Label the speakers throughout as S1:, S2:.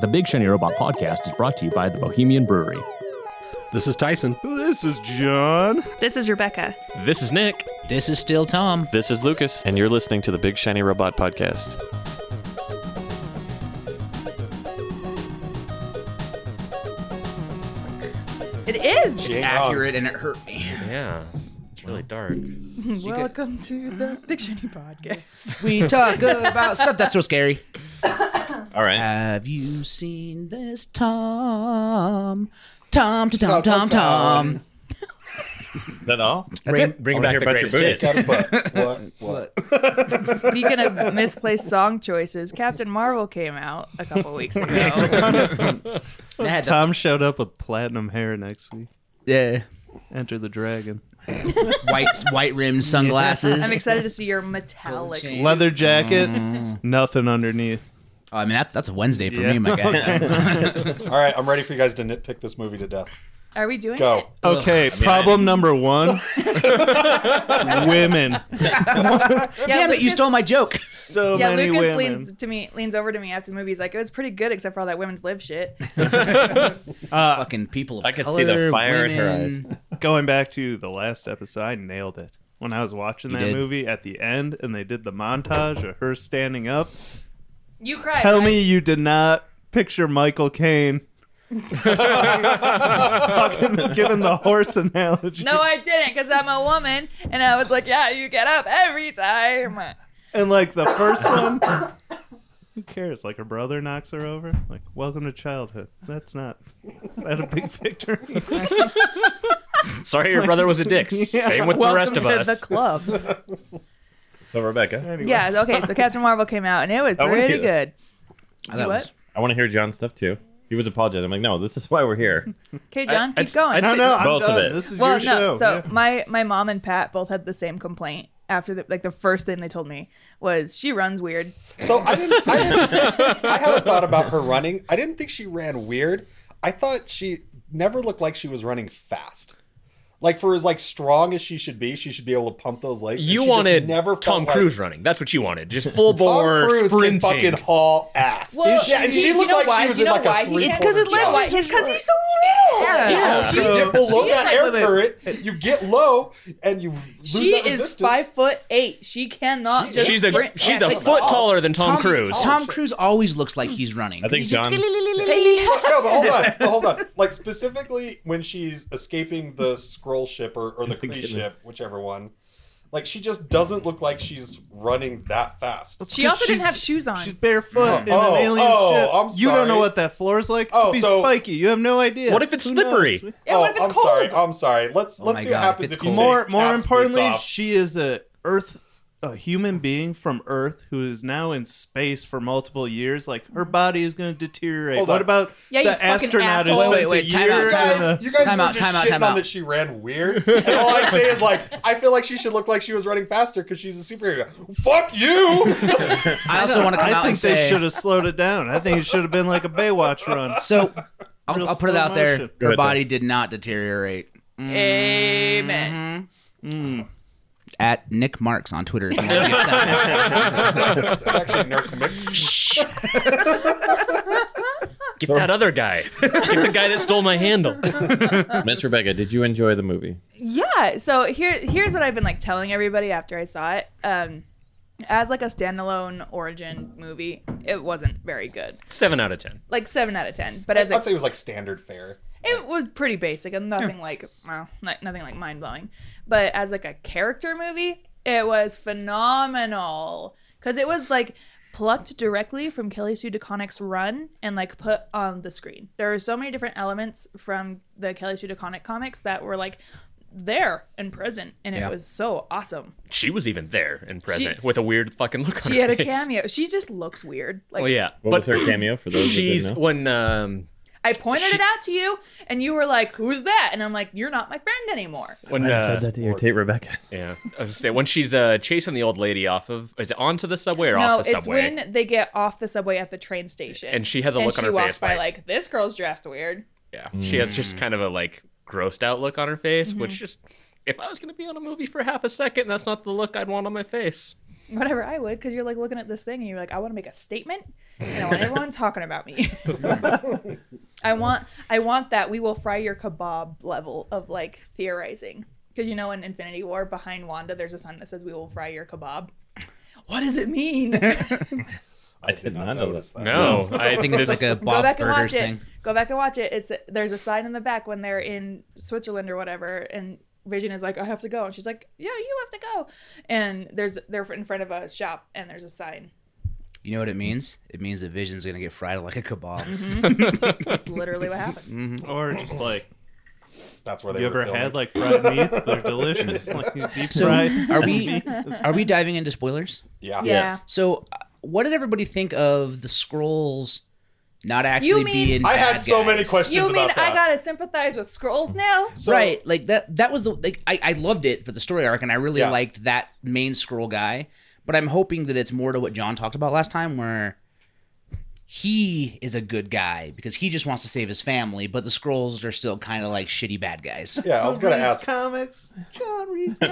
S1: The Big Shiny Robot podcast is brought to you by the Bohemian Brewery.
S2: This is Tyson.
S3: This is John.
S4: This is Rebecca.
S1: This is Nick.
S5: This is still Tom.
S6: This is Lucas, and you're listening to the Big Shiny Robot Podcast.
S4: It is.
S5: It's accurate and it hurt me.
S7: Yeah. It's really dark.
S8: Welcome to the Big Shiny Podcast.
S5: We talk about stuff that's so scary.
S7: All right.
S5: Have you seen this Tom? Tom to Tom Tom Tom.
S7: Is that all?
S5: That's it.
S7: Bring back
S2: back the
S7: about your
S2: greatest
S7: boots.
S3: Got a butt. What? What?
S4: Speaking of misplaced song choices, Captain Marvel came out a couple weeks ago.
S5: I had to-
S3: Tom showed up with platinum hair next week.
S5: Yeah.
S3: Enter the dragon.
S5: White white rimmed sunglasses.
S4: I'm excited to see your metallic.
S5: Gold chain.
S4: suit.
S3: Leather jacket, nothing underneath.
S5: Oh, I mean that's that's a Wednesday for
S3: Yeah.
S5: me, my guy.
S3: okay,
S2: All right, I'm ready for you guys to nitpick this movie to death.
S4: Are we doing
S2: Go.
S4: it?
S3: problem number one women.
S4: Yeah,
S5: Damn it, you
S4: Lucas-
S5: stole my joke.
S3: So
S4: Yeah,
S3: many
S4: Lucas
S3: women.
S4: leans to me, leans over to me after the movie. He's like, "It was pretty good, except for all that women's live shit."
S3: Uh,
S5: Fucking people of
S7: I could
S5: color,
S7: see the fire in her
S5: women.
S3: going back to the last episode, I nailed it. When I was watching
S5: You
S3: that
S5: did.
S3: movie at the end and they did the montage of her standing up,
S4: You cried.
S3: tell
S4: right?
S3: me you did not picture Michael Caine. Fucking Given the horse analogy.
S4: No, I didn't, because I'm a woman, and I was like, "Yeah, you get up every time."
S3: And like the first one, who cares? Like her brother knocks her over. Like, welcome to childhood. That's not. Is that a big victory?
S1: Sorry your brother was a dick. Same with the rest of us.
S4: the club.
S7: So, Rebecca,
S3: Anyway.
S4: yeah. Okay. So Captain Marvel came out, and it was
S7: I wanna
S4: pretty
S7: hear that.
S4: good.
S5: Oh, that
S4: What?
S5: was-
S7: I want to hear John's stuff too. He was apologizing. I'm like, no, this is why we're here.
S4: Okay, John,
S1: I'd-
S4: keep going.
S1: I'd
S3: No,
S1: say-
S3: no, I'm
S7: Both of
S3: done.
S7: it.
S3: This is
S4: Well,
S3: your show.
S4: no. So
S3: Yeah.
S4: my my mom and Pat both had the same complaint after the, like the first thing they told me was she runs weird.
S2: So I didn't. I, didn't, I had a thought about her running. I didn't think she ran weird. I thought she never looked like she was running fast. Like for as like strong as she should be, she should be able to pump those
S1: you
S2: legs. and she just
S1: wanted
S2: never felt
S1: Tom
S2: like-
S1: Cruise running. That's what you wanted. Just full
S2: Tom
S1: bore
S2: Cruise
S1: sprinting.
S2: can fucking haul ass.
S4: Well,
S2: yeah, and
S4: do- do
S2: she
S4: you
S2: looked
S4: know
S2: like
S4: why?
S2: she was
S4: Do you
S2: in
S4: know
S2: like
S4: why
S2: a
S4: he-
S2: three.
S4: It's
S5: because his legs
S2: job.
S5: are
S4: It's because he's so little.
S5: Yeah.
S2: You get below that
S4: like-
S2: air
S5: wait, wait.
S2: current, you get low, and you lose
S4: She
S2: that
S4: is
S2: resistance.
S4: five foot eight. She cannot
S2: She-
S4: just.
S1: She's a
S4: sprint.
S1: she's a foot taller than Tom, Cruise.
S5: Tom Cruise always looks like he's running.
S7: I think
S5: He's just-
S7: John-
S2: No, but hold on, but hold on. Like specifically when she's escaping the scroll ship or, or the Kree ship, whichever one. Like she just doesn't look like she's running that fast.
S4: She also didn't
S3: She's-
S4: have shoes on.
S3: She's barefoot in
S2: Oh,
S3: an alien
S2: oh,
S3: ship.
S2: I'm
S3: You don't know
S2: sorry.
S3: what that floor's like.
S2: Oh,
S3: It'd be
S2: so-
S3: spiky. You have no idea.
S1: What if it's
S3: Who
S1: slippery?
S3: knows?
S4: yeah, what if it's
S2: Oh, I'm
S4: cold?
S2: sorry. I'm sorry. Let's let's
S5: Oh my
S2: see
S5: God,
S2: what
S5: if
S2: happens
S5: it's
S2: if, you
S5: cold.
S2: take
S3: More, more
S2: Cap's boots
S3: importantly,
S2: off.
S3: she is a Earth, a human being from Earth who is now in space for multiple years. Like her body is going to deteriorate.
S2: Hold
S3: what
S2: on.
S3: about
S4: Yeah,
S3: the
S4: you fucking
S3: astronaut who
S4: asshole.
S3: spent
S5: Wait, wait,
S3: a
S5: time
S3: year
S5: out,
S3: in
S5: time
S3: the-
S2: guys, you guys
S5: Time
S2: were
S5: out,
S2: just
S5: time out,
S2: shitting
S5: time
S2: on
S5: out.
S2: that she ran weird. And all I say is like, I feel like she should look like she was running faster because she's a superhero. Fuck you.
S5: I also want to come
S3: I
S5: out and
S3: think they
S5: say.
S3: should have slowed it down. I think it should have been like a Baywatch run.
S5: So I'll,
S3: Real
S5: I'll put it
S3: slow
S5: out there.
S3: motion.
S5: Her
S7: Right
S5: body did not deteriorate.
S4: Amen.
S5: At Nick Marks on Twitter. if you wanna get that.
S2: it's actually nerd mix.
S1: Get that other guy. Get the guy that stole my handle.
S7: Miss Rebecca, did you enjoy the movie?
S4: Yeah. So here, here's what I've been like telling everybody after I saw it. Um, as like a standalone origin movie, it wasn't very good.
S1: Seven out of ten.
S4: Like seven out of ten. But as a
S2: I'd say it was like standard fare.
S4: it was pretty basic and nothing like well, not, nothing like mind blowing. But as like a character movie, it was phenomenal because it was like plucked directly from Kelly Sue DeConnick's run and like put on the screen. There are so many different elements from the Kelly Sue DeConnick comics that were like there and present, and
S5: Yeah.
S4: it was so awesome.
S1: She was even there and present with a weird fucking look on
S4: She
S1: her
S4: had a
S1: face.
S4: cameo. She just looks weird. Like
S1: Well, yeah.
S7: What
S1: but
S7: was her cameo for those who
S1: she's
S7: didn't know?
S1: when um
S4: I pointed it out to you, and you were like, "Who's that?" And I'm like, "You're not my friend anymore."
S1: when uh,
S7: that to irritate Rebecca.
S1: yeah, I was gonna say when she's uh chasing the old lady off of is it onto the subway or
S4: No,
S1: off the
S4: it's
S1: subway?
S4: when they get off the subway at the train station,
S1: And she has a
S4: and
S1: look on
S4: she
S1: her
S4: walks
S1: face
S4: by
S1: like,
S4: like this girl's dressed weird.
S1: yeah, she has just kind of a like grossed out look on
S4: Mm-hmm.
S1: her face, which just if I was gonna be on a movie for half a second, that's not the look I'd want on my face.
S4: Whatever I would, because you're like looking at this thing and you're like, I want to make a statement and I want everyone talking about me. I want I want that we will fry your kebab level of like theorizing. Because you know in Infinity War behind Wanda there's a sign that says we will fry your kebab. What does it mean?
S7: I did not know that.
S1: No, I think this
S5: It's like a
S4: Go
S5: Bob
S4: back and
S5: Burgers
S4: watch
S5: thing.
S4: it. Go back and watch it. It's there's a sign in the back when they're in Switzerland or whatever, and Vision is like, "I have to go," and she's like, "Yeah, you have to go." And there's they're in front of a shop, and there's a sign.
S5: You know what it means? It means that Vision's gonna get fried like a
S3: Mm-hmm.
S5: kebab.
S4: That's literally what happened.
S3: Or just like
S2: That's where they
S3: you
S2: were
S3: ever
S2: filming.
S3: had like fried meats? They're delicious. Like you deep
S5: So
S3: fried.
S5: are we are we diving into spoilers?
S2: yeah.
S4: Yeah.
S5: So uh, what did everybody think of the scrolls not actually
S4: You mean-
S5: being?
S2: I
S5: bad
S2: had so many
S5: guys?
S2: questions
S4: You mean
S2: about that.
S4: I gotta sympathize with scrolls now?
S2: So-
S5: right, like that. That was the like I, I loved it for the story arc, and I really
S2: Yeah.
S5: liked that main scroll guy. But I'm hoping that it's more to what John talked about last time, where he is a good guy because he just wants to save his family, but the scrolls are still kind of like shitty bad guys.
S2: Yeah, I was gonna ask.
S3: comics. John reads.
S4: John,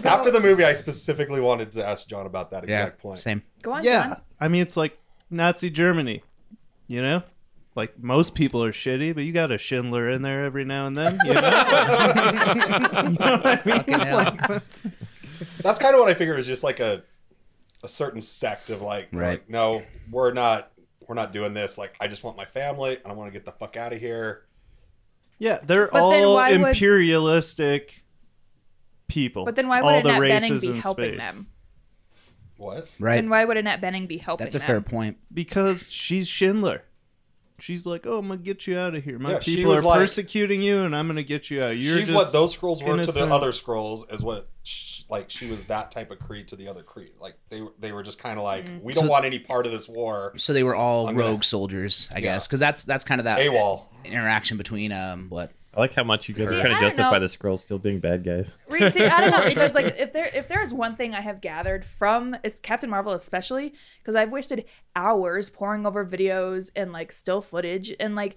S4: go,
S2: After the movie, I specifically wanted to ask John about that exact point.
S5: same.
S4: go on,
S3: Yeah,
S4: John.
S3: I mean it's like Nazi Germany, you know. Like most people are shitty, but you got a Schindler in there every now and then. You know, You know what I mean?
S5: hell.
S3: Like, that's-
S2: That's kind of what I figured was just like a a certain sect of like,
S5: Right.
S2: like, no, we're not, we're not doing this. Like, I just want my family, and I want to get the fuck out of here.
S3: yeah, they're
S4: But then
S3: all
S4: why would-
S3: imperialistic people.
S4: But then why
S3: all
S4: would
S3: the
S4: Annette Benning
S3: races
S4: be
S3: in
S4: helping
S3: space.
S4: them?
S2: What?
S5: Right.
S4: Then why would Annette Benning be helping?
S5: That's a
S4: them?
S5: fair point.
S3: Because she's Schindler. She's like, oh, I'm gonna get you out of here. My
S2: Yeah, she
S3: people are
S2: was like-
S3: persecuting you, and I'm gonna get you out. You're
S2: She's
S3: just
S2: what those scrolls were to
S3: innocent.
S2: the other scrolls, is what sh like she was that type of creed to the other creed. Like they were- they were just kind of like,
S4: Mm-hmm.
S2: we don't
S5: So-
S2: want any part of this war.
S5: So they were all
S2: I'm
S5: rogue
S2: gonna-
S5: soldiers, I
S2: Yeah.
S5: guess, because that's that's kind of that
S2: AWOL.
S5: interaction between um what
S7: I like how much you guys
S4: See,
S7: are trying
S4: I
S7: to
S4: don't
S7: justify
S4: know.
S7: the scrolls still being bad guys.
S4: Re- See, I don't know. It's just like if there if there is one thing I have gathered from it's Captain Marvel especially because I've wasted hours poring over videos and like still footage and like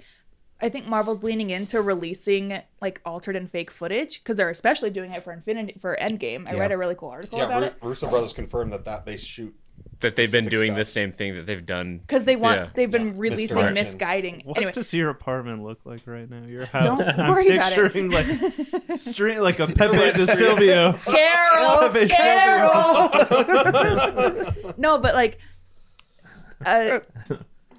S4: I think Marvel's leaning into releasing like altered and fake footage because they're especially doing it for Infinity for Endgame. I read a really cool article
S2: Yeah,
S4: about
S2: Ru-
S4: it
S2: Russo brothers confirmed that that they shoot.
S1: that they've been
S2: specific
S1: doing
S2: stuff.
S1: the same thing that they've done.
S4: because they want
S1: Yeah.
S4: they've been releasing
S2: Misdirection.
S4: misguiding.
S3: What
S4: anyway,
S3: does your apartment look like right now? Your house.
S4: Don't
S3: I'm
S4: worry about it.
S3: picturing like street like a Pepe de Silvio.
S4: Carol,
S3: Elevation.
S4: Carol. no, but like, uh,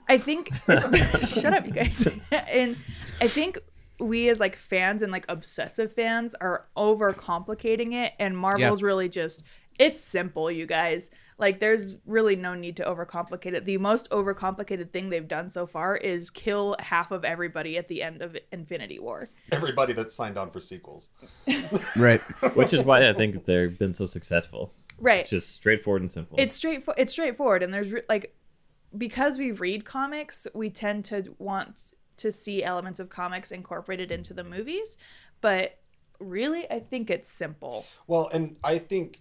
S4: I think. shut up, you guys. and I think we as like fans and like obsessive fans are overcomplicating it, and Marvel's really just it's simple, you guys. Like, there's really no need to overcomplicate it. The most overcomplicated thing they've done so far is kill half of everybody at the end of Infinity War.
S2: Everybody that's signed on for sequels.
S5: right
S7: Which is why I think they've been so successful.
S4: Right.
S7: It's just straightforward and simple.
S4: it's straight it's straightforward and there's re- like because we read comics we tend to want to see elements of comics incorporated into the movies but really i think it's simple
S2: Well, and I think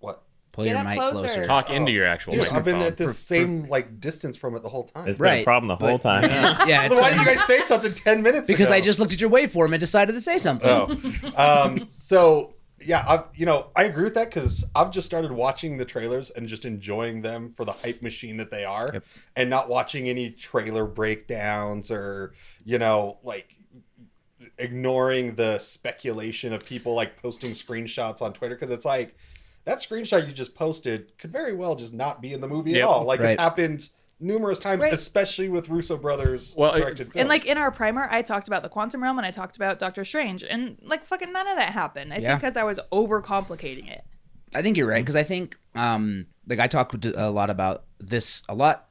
S2: what
S5: pull
S4: Get
S5: your
S4: up
S5: mic
S4: closer.
S5: closer,
S1: Talk into your actual
S2: Dude, I've been
S1: microphone.
S2: at this same like distance from it the whole time.
S7: It's been
S5: Right,
S7: a problem the whole
S5: but-
S7: time.
S5: yeah it's
S2: Why did
S5: fine.
S2: you guys say something ten minutes
S5: because
S2: ago?
S5: i just looked at your waveform and decided to say something
S2: Oh, um, so yeah, I've you know I agree with that because I've just started watching the trailers and just enjoying them for the hype machine that they are, and not watching any trailer breakdowns or you know like ignoring the speculation of people like posting screenshots on Twitter because it's like that screenshot you just posted could very well just not be in the movie
S1: Yep.
S2: at all. Like
S5: Right.
S2: it's happened numerous times,
S4: Right.
S2: especially with Russo brothers
S1: Well, it-
S2: directed films.
S4: and like in our primer i talked about the quantum realm and i talked about doctor strange and like fucking none of that happened i
S5: Yeah.
S4: think because i was overcomplicating it
S5: I think you're right because I think um, like I talk to- a lot about this a lot.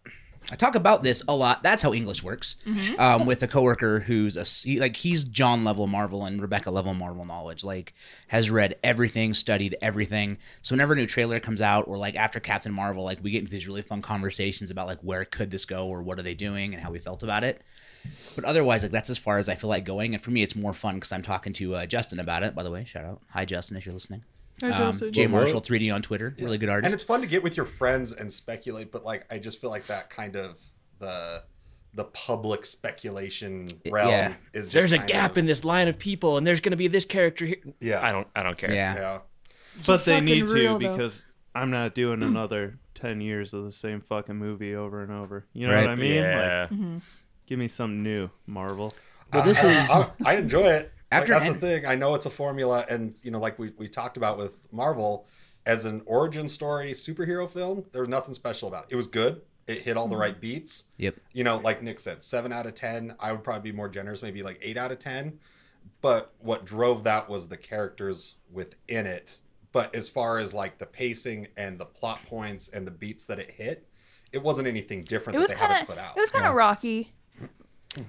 S5: I talk about this a lot. That's how English works. Um, with a coworker who's a s- he- like he's John level Marvel and Rebecca level Marvel knowledge. Like has read everything, studied everything. So whenever a new trailer comes out, or like after Captain Marvel, like we get into these really fun conversations about like where could this go or what are they doing and how we felt about it. But otherwise, like that's as far as I feel like going. And for me, it's more fun because I'm talking to uh, Justin about it. By the way, shout out, hi Justin, if you're listening. Um, Jay Marshall 3D on Twitter, really good
S2: and
S5: artist.
S2: it's fun to get with your friends and speculate but like i just feel like that kind of the the public speculation realm
S5: yeah.
S2: is just
S1: there's a
S2: kind
S1: gap
S2: of-
S1: in this line of people, and there's going to be this character here.
S2: Yeah.
S1: I don't. I don't care.
S5: Yeah,
S2: yeah
S3: But they
S4: fucking
S3: need to
S4: real, though.
S3: because I'm not doing another ten years of the same fucking movie over and over. You know
S5: Right.
S3: what I mean? Like,
S1: yeah.
S4: Mm-hmm.
S3: give me some new Marvel.
S5: Well, this is
S2: I, I enjoy it. Like,
S5: After
S2: that's
S5: End-
S2: the thing. I know it's a formula, and you know, like we, we talked about with Marvel as an origin story superhero film, there was nothing special about it. It was good. It hit
S5: Mm-hmm.
S2: all the right beats.
S5: Yep.
S2: You know, like Nick said, seven out of ten. I would probably be more generous, maybe like eight out of ten. But what drove that was the characters within it. But as far as like the pacing and the plot points and the beats that it hit, it wasn't anything different
S4: It
S2: that
S4: was
S2: they haven't
S4: kind of
S2: put out.
S4: it was kind of rocky.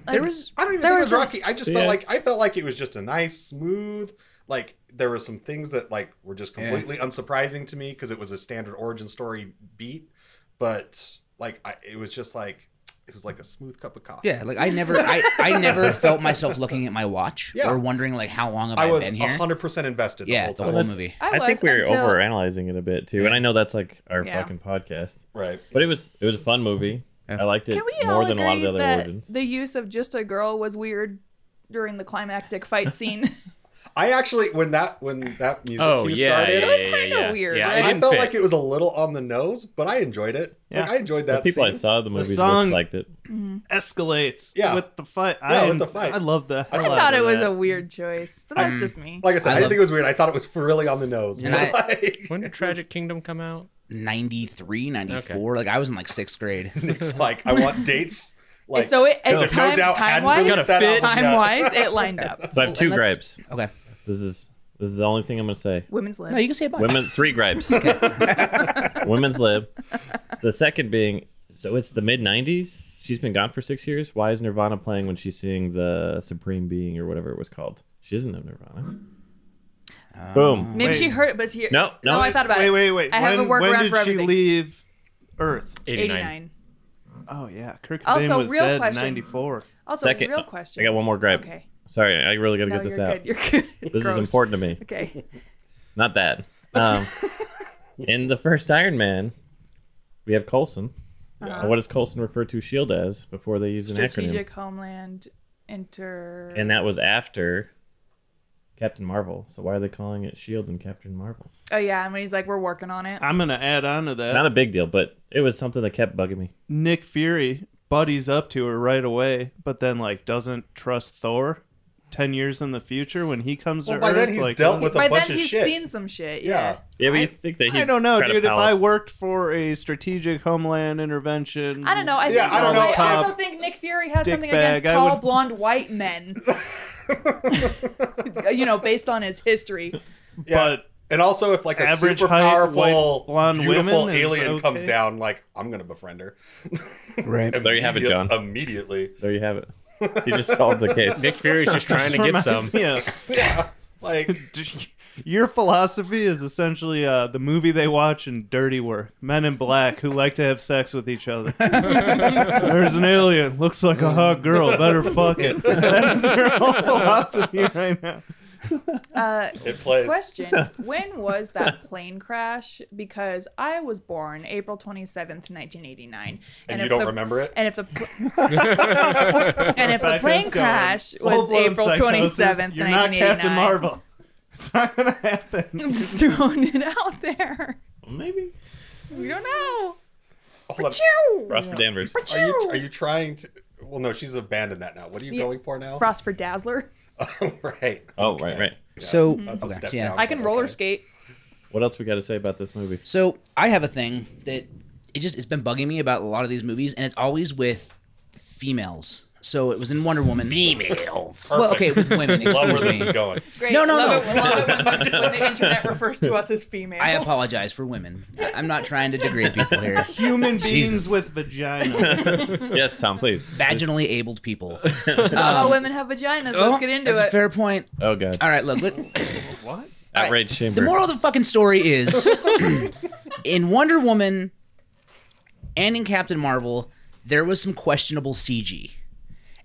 S5: there
S4: Like,
S5: was
S2: I don't even
S4: There
S2: think it
S4: were
S2: was
S4: some-
S2: rocky. I just
S7: Yeah.
S2: felt like I felt like it was just a nice, smooth. Like there were some things that like were just
S5: Yeah.
S2: completely unsurprising to me because it was a standard origin story beat, but like I, it was just like it was like a smooth cup of coffee.
S5: yeah, like I never I, I never felt myself looking at my watch
S2: Yeah.
S5: or wondering like how long have I,
S2: I was
S5: been here?
S2: hundred percent invested.
S5: yeah,
S2: the
S5: the
S2: whole
S5: whole
S2: time.
S5: movie.
S4: I,
S7: I,
S4: was
S7: think we were
S4: until,
S7: overanalyzing it a bit too, and I know that's like our
S4: Yeah.
S7: fucking podcast,
S2: right.
S7: but it was it was a fun movie.
S5: Yeah.
S7: I liked it
S4: Can we
S7: more
S4: all
S7: than a lot of
S4: agree
S7: the other
S4: that
S7: origins.
S4: the use of just a girl was weird during the climactic fight scene?
S2: I actually when that when that music
S1: Oh
S2: cue
S1: yeah,
S2: started,
S1: yeah,
S4: was
S1: yeah,
S4: kinda
S1: yeah.
S4: weird,
S1: Yeah,
S4: right?
S1: it
S2: I
S1: didn't
S2: felt
S1: fit.
S2: like it was a little on the nose, but I enjoyed it. Like
S3: Yeah.
S2: I enjoyed
S7: The
S2: that.
S7: people I
S2: scene.
S7: saw the movies
S3: song-
S7: with liked it.
S3: Escalates.
S2: Yeah.
S3: With the fight.
S2: Yeah,
S3: I,
S2: with the fight.
S3: I love the.
S4: I
S3: hell out
S4: thought
S3: of
S4: it was
S3: that.
S4: a weird choice, but that's just me.
S2: Like I said,
S5: I
S2: I, didn't
S5: love-
S2: think it was weird. I thought it was really on the nose.
S5: And
S2: but,
S5: I-
S2: like,
S1: When did Tragic Kingdom come out?
S5: 93, 94. Like I was in like 6th grade.
S2: Nick's like, I want dates. Like
S4: so it,
S2: Philip,
S4: as
S2: no
S4: time,
S2: doubt,
S4: time
S2: hadn't released
S4: wise,
S1: Gotta
S2: that
S1: fit.
S2: album yet.
S4: time wise, it lined up.
S7: So I have
S5: Well,
S7: two
S5: and let's-
S7: gripes.
S5: Okay.
S7: This is this is the only thing I'm gonna say.
S4: Women's lib.
S5: No, you can say about
S7: Women, three gripes. Women's lib. The second being, so it's the mid '90s. She's been gone for six years. Why is Nirvana playing when she's seeing the Supreme Being or whatever it was called? She doesn't have Nirvana. Boom.
S4: Maybe
S3: Wait.
S4: she heard it, but she.
S7: No, no,
S4: I thought about
S3: Wait,
S4: it.
S3: wait, wait.
S4: I have
S3: when,
S4: a workaround
S3: when did
S4: for
S3: she
S4: everything.
S3: leave Earth?
S1: 89.
S4: 89.
S3: Oh yeah, Kirk Cobain
S4: Also,
S3: was
S4: real
S3: dead
S4: question.
S3: in '94.
S4: Also,
S7: Second, Oh,
S4: real question.
S7: I got one more gripe.
S4: Okay.
S7: Sorry, I really got to
S4: No,
S7: get this
S4: you're
S7: out.
S4: good. You're good.
S7: This
S4: Gross.
S7: is important to me.
S4: Okay.
S7: Not that. Um, in the first Iron Man, we have Coulson.
S3: Uh-huh.
S7: And What does Coulson refer to Shield E as before they use an acronym?
S4: Strategic Homeland Inter.
S7: And that was after Captain Marvel. So why are they calling it Shield E and Captain Marvel?
S4: oh yeah, and when he's like, "We're working on it."
S3: I'm gonna add on to that.
S7: Not a big deal, but it was something that kept bugging me.
S3: Nick Fury buddies up to her right away, but then like doesn't trust Thor. Ten years in the future, when he comes
S2: Well,
S3: to
S2: by
S3: Earth,
S2: then he's
S3: like, oh,
S2: dealt with a
S4: By
S2: bunch
S4: then
S2: of
S4: he's
S2: shit.
S4: seen some shit.
S2: yeah.
S4: Yeah.
S7: Yeah, but you think that he?
S3: I don't know, dude. If I
S7: would
S3: worked for a strategic homeland intervention,
S4: I don't know. I
S2: Yeah,
S4: think
S2: I don't know.
S4: I also
S3: Pop,
S4: think Nick Fury has
S3: dick
S4: something
S3: bag,
S4: against
S3: I
S4: tall,
S3: would-
S4: blonde, white men. you know, based on his history.
S2: Yeah.
S3: but
S2: And also, if like a
S3: Average
S2: super
S3: height,
S2: powerful,
S3: white, blonde
S2: beautiful
S3: women is
S2: alien comes
S3: okay.
S2: down, like I'm gonna befriend her.
S5: Right.
S7: There you have it,
S2: Immediate-
S7: John.
S2: Immediately,
S7: There you have it. He just solved the case.
S1: Nick Fury's just trying to get
S3: reminds
S1: some.
S3: me of-
S2: like
S3: your philosophy is essentially uh, the movie they watch in Dirty Work, Men in Black, who like to have sex with each other. There's an alien, looks like a hot girl, better fuck it. That is your whole philosophy right now.
S4: Uh,
S2: it plays.
S4: question: When was that plane crash? Because I was born April twenty seventh, nineteen eighty nine,
S2: and you don't remember it.
S4: And if the pl- and if the
S3: Rebecca's
S4: plane
S3: going
S4: crash was
S3: full-blown
S4: April
S3: psychosis.
S4: twenty seventh,
S3: You're
S4: nineteen eighty
S3: not Captain
S4: nine.
S3: Marvel. It's not gonna happen.
S4: I'm just throwing it out there.
S7: Maybe
S4: We don't know.
S2: Hold on.
S7: Ross for Danvers.
S2: Are you are you trying to? Well, no, she's abandoned that now. What are you
S4: Yeah.
S2: going for now?
S4: Frost for Dazzler.
S2: right.
S7: Oh right, right.
S5: So
S2: That's a
S5: okay,
S2: step
S5: yeah.
S2: down.
S4: I can
S2: but
S4: roller
S2: okay.
S4: skate.
S7: What else we got to say about this movie?
S5: So I have a thing that it just it's been bugging me about a lot of these movies, and it's always with females. So it was in Wonder Woman. Females. Well, okay, with women.
S2: Love where
S5: Excuse
S2: this is
S5: me.
S2: going.
S4: Great.
S5: No, no,
S4: love
S5: no.
S4: It, love it when, when the internet refers to us as females.
S5: I apologize for women. I- I'm not trying to degrade people here.
S3: Human beings
S5: Jesus.
S3: with vagina.
S7: yes, Tom, please.
S5: Vaginally abled people.
S4: Not all Oh, women have vaginas. Let's get into
S5: that's
S4: it.
S5: a fair point.
S7: Oh god.
S5: All right, look, look.
S3: what?
S7: Outrage chamber.
S5: The moral of the fucking story is in Wonder Woman and in Captain Marvel, there was some questionable CG.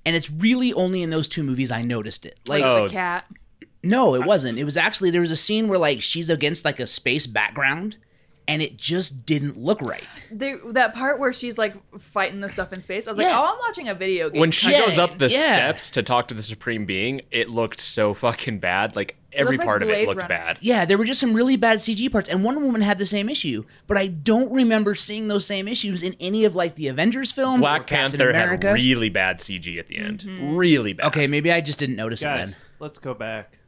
S5: And it's really only in those two movies I noticed it. Like
S1: Oh.
S4: the cat.
S5: no, it wasn't. It was actually there was a scene where like she's against like a space background and it just didn't look right.
S4: They, that part where she's like fighting the stuff in space, I was like,
S5: Yeah.
S4: oh, I'm watching a video game.
S1: When she
S5: Yeah,
S1: goes up the
S5: yeah.
S1: steps to talk to the supreme being, it looked so fucking bad. Like every
S4: looked like
S1: part of
S4: Blade
S1: it looked
S4: Runner.
S1: bad.
S5: Yeah, there were just some really bad CG parts, and Wonder Woman had the same issue. But I don't remember seeing those same issues in any of like the Avengers films. or
S1: Black
S5: Captain
S1: Panther
S5: America.
S1: had really bad CG at the end.
S4: Mm-hmm.
S1: Really bad.
S5: okay, maybe I just didn't notice it then.
S3: Guys, let's go back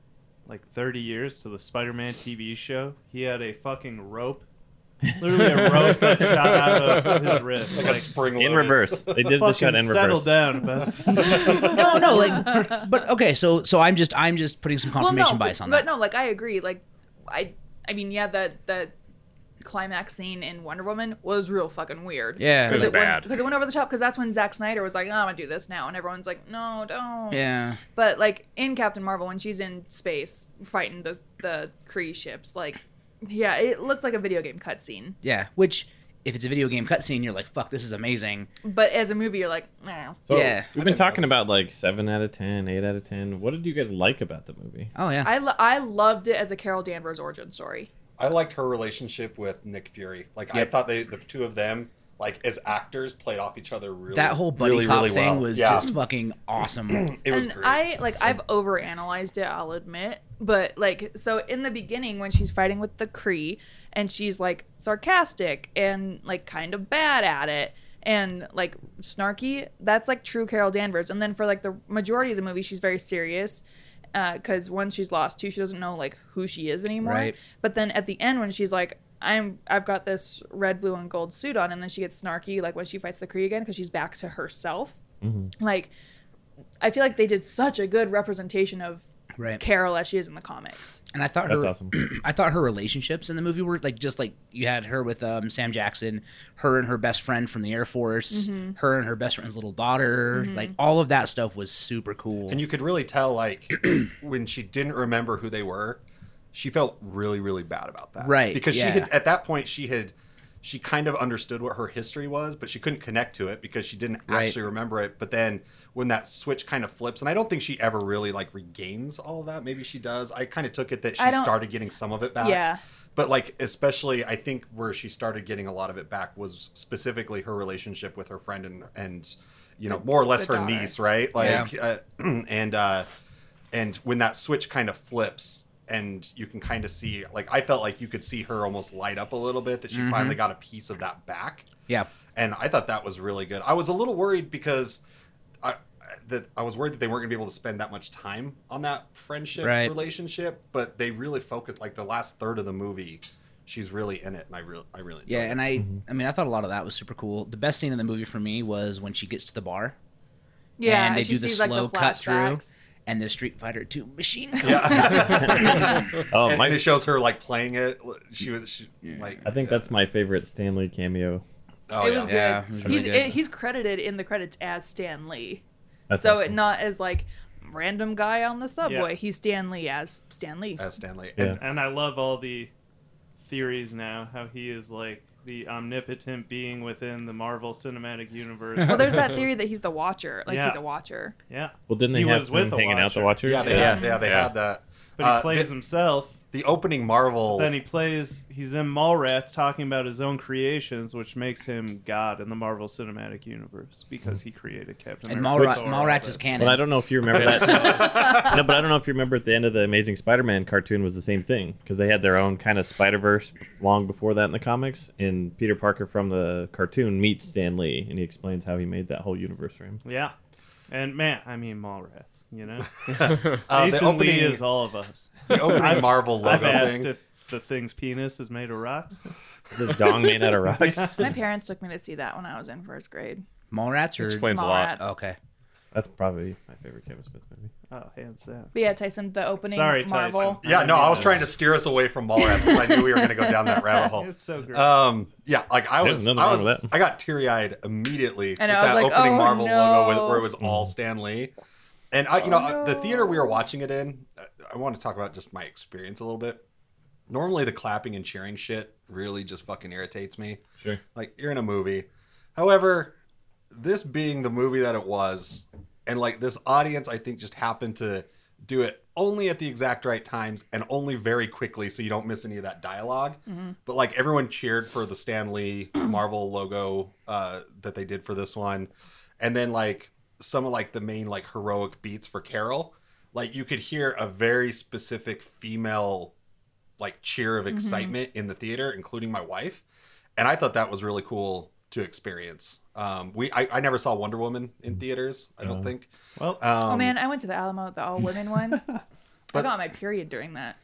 S3: like 30 years to the Spider-Man TV show. He had a fucking rope, literally a rope that shot out of his wrist.
S2: like,
S3: Like,
S2: a spring
S7: In
S2: loaded.
S7: reverse. They did the shot
S3: fucking
S7: in
S3: settle
S7: reverse.
S3: down, Bess.
S5: no, no, like, but okay, so so I'm just I'm just putting some confirmation
S4: well, no,
S5: bias
S4: but,
S5: on
S4: but
S5: that.
S4: no, like I agree. Like I, I mean, yeah, that that climax scene in Wonder Woman was real fucking weird.
S5: Yeah.
S4: because
S1: It was
S4: it
S1: bad.
S4: went because it went over the top. Because that's when Zack Snyder was like, oh, I'm gonna do this now, and everyone's like, no, don't.
S5: Yeah,
S4: But like in Captain Marvel, when she's in space fighting the the Kree ships, like, yeah, it looked like a video game cutscene.
S5: yeah. Which, if it's a video game cutscene, you're like, fuck, this is amazing.
S4: But as a movie, you're like, nah.
S7: So
S5: Yeah.
S7: We've been talking about like 7 out of 10, 8 out of 10. What did you guys like about the movie?
S5: Oh yeah.
S4: I, lo- I loved it as a Carol Danvers origin story.
S2: I liked her relationship with Nick Fury. Like I
S5: Yep.
S2: thought they the two of them like as actors played off each other really
S5: that whole buddy
S2: really,
S5: cop
S2: really
S5: thing
S2: well.
S5: was
S2: Yeah.
S5: just fucking awesome.
S2: it was
S4: and
S2: great.
S4: I like I've overanalyzed it, I'll admit. But like so in the beginning when she's fighting with the Cree and she's like sarcastic and like kind of bad at it and like snarky, that's like true Carol Danvers. And then for like the majority of the movie she's very serious because one uh, she's lost two she doesn't know like who she is anymore
S5: Right.
S4: but then at the end when she's like i'm i've got this red blue and gold suit on and then she gets snarky like when she fights the kree again because she's back to herself
S5: Mm-hmm.
S4: like I feel like they did such a good representation of
S5: right.
S4: Carol as she is in the comics.
S5: And I thought
S7: That's
S5: her,
S7: awesome.
S5: I thought her relationships in the movie were like just like you had her with um, Sam Jackson, her and her best friend from the Air Force,
S4: Mm-hmm.
S5: her and her best friend's little daughter. Like all of that stuff was super cool.
S2: and you could really tell like when she didn't remember who they were, she felt really really bad about that.
S5: Right,
S2: Because
S5: yeah.
S2: she had at that point she had she kind of understood what her history was, but she couldn't connect to it because she didn't
S5: Right.
S2: actually remember it. But then when that switch kind of flips, and I don't think she ever really like regains all of that. Maybe she does. I kind of took it that she
S4: I don't-
S2: started getting some of it back.
S4: Yeah.
S2: But like especially I think where she started getting a lot of it back was specifically her relationship with her friend and and you know, more or less
S4: the
S2: her
S4: daughter.
S2: niece, right? Like uh, and uh and when that switch kind of flips and you can kind of see like I felt like you could see her almost light up a little bit that she finally got a piece of that back
S5: Mm-hmm. yeah,
S2: and I thought that was really good. I was a little worried because I that I was worried that they weren't going to be able to spend that much time on that friendship
S5: Right.
S2: relationship, but they really focused like the last third of the movie. She's really in it, and I really, I really,
S5: yeah.
S2: enjoyed
S5: And I, I mean, I thought a lot of that was super cool. The best scene in the movie for me was when she gets to the bar
S4: Yeah.
S5: and they
S4: she
S5: do the
S4: sees,
S5: slow
S4: like, the
S5: cut through,
S4: flashbacks.
S5: and the Street Fighter Two machine gun.
S7: Oh,
S2: and,
S7: my,
S2: and it shows her like playing it. She was she, like,
S7: I think that's my favorite Stanley cameo.
S2: oh
S4: it was
S2: yeah,
S4: good.
S5: Yeah, it was really
S4: he's
S5: good.
S4: he's credited in the credits as Stan Lee.
S7: That's
S4: so
S7: awesome.
S4: it not as like random guy on the subway.
S3: Yeah.
S4: He's Stan Lee as Stan Lee.
S2: as Stanley.
S7: Yeah.
S2: And
S3: and I love all the theories now how he is like the omnipotent being within the Marvel Cinematic Universe.
S4: well, there's that theory that he's the Watcher. Like
S3: Yeah.
S4: he's a Watcher.
S3: yeah,
S7: Well, didn't they
S3: He
S7: have
S3: was
S7: him
S3: with a
S7: hanging out the Watchers?
S3: watcher.
S2: yeah, they
S1: Yeah.
S2: had, yeah, they
S1: Yeah.
S2: had that.
S3: but he
S2: Uh,
S3: plays
S2: the,
S3: himself.
S2: the opening Marvel.
S3: Then he plays. He's in Mallrats talking about his own creations, which makes him God in the Marvel Cinematic Universe because he created Captain
S5: and
S3: America.
S5: Mallrat,
S3: Thor,
S5: Mallrats
S3: all
S5: is
S3: that.
S5: canon.
S7: But I don't know if you remember that. no, but I don't know if you remember at the end of the Amazing Spider-Man cartoon was the same thing because they had their own kind of Spider-Verse long before that in the comics. And Peter Parker from the cartoon meets Stan Lee, and he explains how he made that whole universe for him.
S3: Yeah, and man, I mean Mallrats. You know,
S2: uh, the
S3: Jason
S2: opening,
S3: Lee is all of us.
S2: the opening Marvel
S3: I've
S2: logo
S3: asked
S2: thing.
S3: if the thing's penis is made of rocks.
S7: This dong made out of rock.
S4: My parents took me to see that when I was in first grade.
S5: Mallrats or
S1: Explains a lot.
S4: Mallrats.
S5: okay.
S7: That's probably my favorite Kevin Smith movie.
S3: Oh, hands down.
S4: But yeah, Tyson, the opening
S3: Sorry,
S4: Marvel.
S3: Tyson.
S2: Yeah, no, I was
S3: Yes.
S2: trying to steer us away from Mallrats because I knew we were going to go down that rabbit hole.
S3: It's so great.
S2: Um, yeah, like I
S7: There's
S2: was,
S7: nothing
S2: I
S7: wrong with
S2: was,
S7: that.
S2: I got teary eyed immediately
S4: I know, I
S2: with
S4: was
S2: that
S4: like,
S2: opening
S4: "Oh,
S2: Marvel logo with,
S4: no."
S2: where it was all Stan Lee. And I, you know, the theater we were watching it in, I- I want to talk about just my experience a little bit. Normally, the clapping and cheering shit really just fucking irritates me.
S7: Sure.
S2: Like you're in a movie. However, this being the movie that it was, and like this audience, I think just happened to do it only at the exact right times and only very quickly so you don't miss any of that dialog But like everyone cheered for the Stan Lee Marvel logo uh, that they did for this one, and then like some of like the main like heroic beats for Carol, like you could hear a very specific female like cheer of excitement in the theater, including my wife, and I thought that was really cool to experience. Um, we I, I never saw Wonder Woman in theaters. I don't think.
S3: Well,
S2: Um,
S4: oh man, I went to the Alamo, the all women one. I
S2: But-
S4: got my period during that.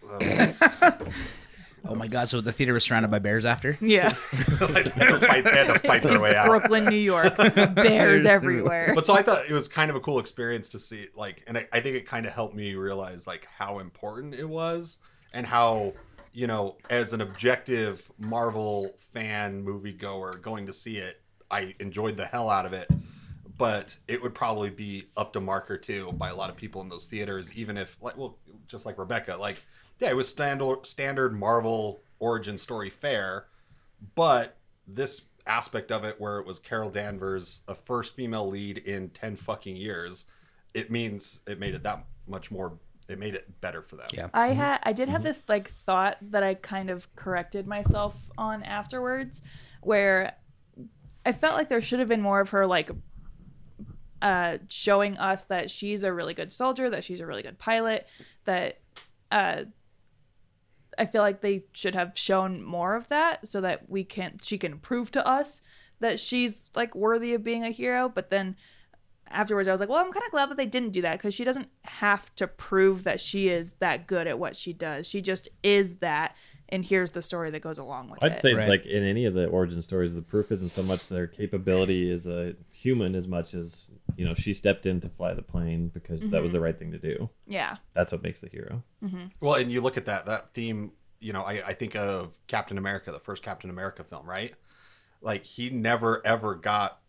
S2: Um,
S5: Oh my god! So the theater was surrounded by bears after.
S4: Yeah,
S2: they had to fight, they had to fight their way out.
S4: Brooklyn, New York, bears everywhere.
S2: But so I thought it was kind of a cool experience to see, like, and I, I think it kind of helped me realize like how important it was and how you know as an objective Marvel fan movie goer going to see it, I enjoyed the hell out of it. But it would probably be up to mark or two by a lot of people in those theaters, even if like well, just like Rebecca, like yeah, it was standard standard Marvel origin story fare, but this aspect of it where it was Carol Danvers, a first female lead in 10 fucking years, it means it made it that much more it made it better for them.
S5: Yeah.
S4: I had I
S1: Mhm.
S4: did have this like thought that I kind of corrected myself on afterwards where I felt like there should have been more of her like uh showing us that she's a really good soldier, that she's a really good pilot, that uh I feel like they should have shown more of that so that we can she can prove to us that she's like worthy of being a hero, but then afterwards I was like, well, I'm kind of glad that they didn't do that because she doesn't have to prove that she is that good at what she does. She just is that, and here's the story that goes along with
S7: I'd
S4: it.
S7: say
S5: Right.
S7: like in any of the origin stories, the proof isn't so much their capability as a human as much as you know she stepped in to fly the plane because that was the right thing to do.
S4: yeah,
S7: That's what makes the hero.
S2: Well, and you look at that that theme, you know, I, I think of Captain America, the first Captain America film, right? Like he never ever got